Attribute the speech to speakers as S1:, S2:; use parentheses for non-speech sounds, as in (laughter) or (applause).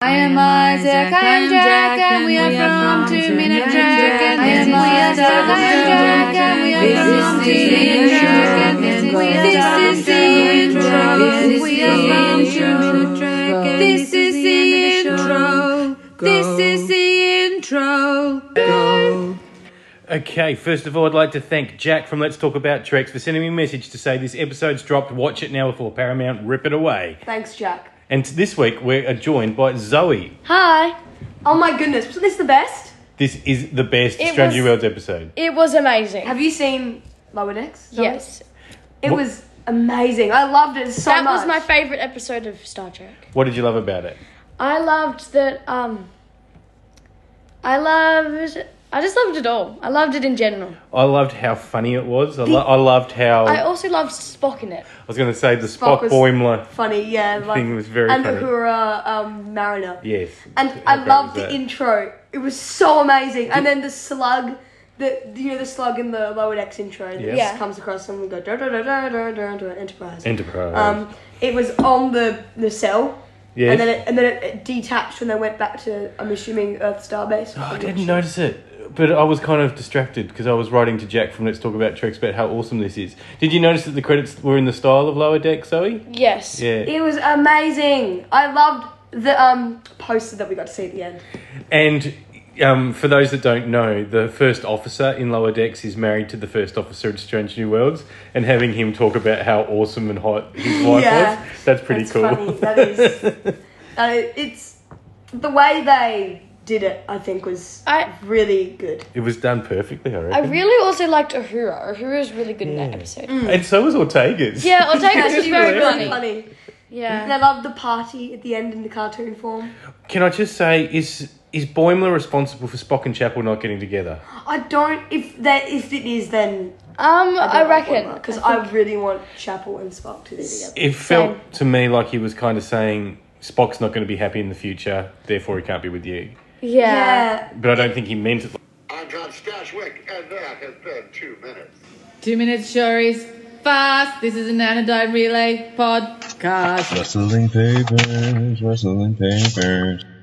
S1: I am Isaac, I am Jack, and we are from Two Minute Jack, and this is Isaac, I am Jack, and we are from Two Minute Jack, and this is this is the intro, we are from Two Minute Jack, and this is the intro, this is the intro.
S2: Okay, first of all, I'd like to thank Jack from Let's Talk About Treks for sending me a message to say this episode's dropped. Watch it now before Paramount rip it away.
S3: Thanks, Jack.
S2: And this week we're joined by Zoe.
S4: Hi.
S3: Oh my goodness, wasn't this the best?
S2: This is the best
S4: It
S2: Stranger
S4: was-
S2: Worlds episode.
S4: It was amazing.
S3: Have you seen Lower Decks? Zoe?
S4: yes.
S3: It was amazing. I loved it so
S4: that
S3: much.
S4: was my favorite episode of Star Trek.
S2: What did you love about it?
S4: I loved that um I loved I just loved it all. I loved it in general.
S2: I loved how funny it was. I, lo- I loved how
S4: I
S2: I,
S4: also loved Spock in it.
S2: was going to say the
S3: Spock
S2: Spock
S3: was-
S2: Boimler.
S3: funny, yeah. Like,
S2: Thing was very
S3: and
S2: funny.
S3: Uhura um, Mariner.
S2: Yes.
S3: And
S2: How
S3: I
S2: great
S3: loved
S2: was
S3: the
S2: that?
S3: intro. It was so amazing. And then the slug, the you know the slug in the Lower Decks intro that
S2: Yeah.
S3: just
S4: Yeah.
S3: comes across and we go da da da da da da da Enterprise.
S2: Enterprise.
S3: Um, it was on the the cell.
S2: yes.
S3: And then it, and then it, it detached when they went back to I'm assuming Earth Starbase.
S2: Oh, I didn't notice it, but I was kind of distracted because I was writing to Jack from Let's Talk About Treks about how awesome this is. Did you notice that the credits were in the style of Lower Deck, Zoe?
S4: Yes.
S2: Yeah.
S3: It was amazing. I loved the um poster that we got to see at the end.
S2: And um, for those that don't know, the first officer in Lower Decks is married to the first officer at Strange New Worlds, and having him talk about how awesome and hot his wife
S3: Yeah.
S2: was, that's pretty
S3: That's
S2: cool. (laughs)
S3: funny. That is. that is it's the way they did it. I think was
S4: I-
S3: really good.
S2: It was done perfectly, I
S4: I
S2: reckon.
S4: really also liked Uhura. Uhura was really good in that episode.
S2: and so was Ortega's.
S4: Yeah, Ortega
S3: It
S4: was very funny.
S3: funny. And
S4: Yeah. Um,
S3: I loved the party at the end in the cartoon form.
S2: Can I just say, is is Boimler responsible for Spock and Chapel not getting together?
S3: I don't. If that if it is, then
S4: Um I, reckon
S3: because
S4: I
S3: I, really want Chapel and Spock to be together.
S2: It felt to me like he was kind of saying Spock's not going to be happy in the future, therefore he can't be with you.
S4: yeah.
S2: But I don't think he meant it.
S5: I'm John Stashwick, and that has been two minutes.
S6: Two minutes sure is fast. This is an anodyne relay podcast.
S7: Rustling papers, rustling papers.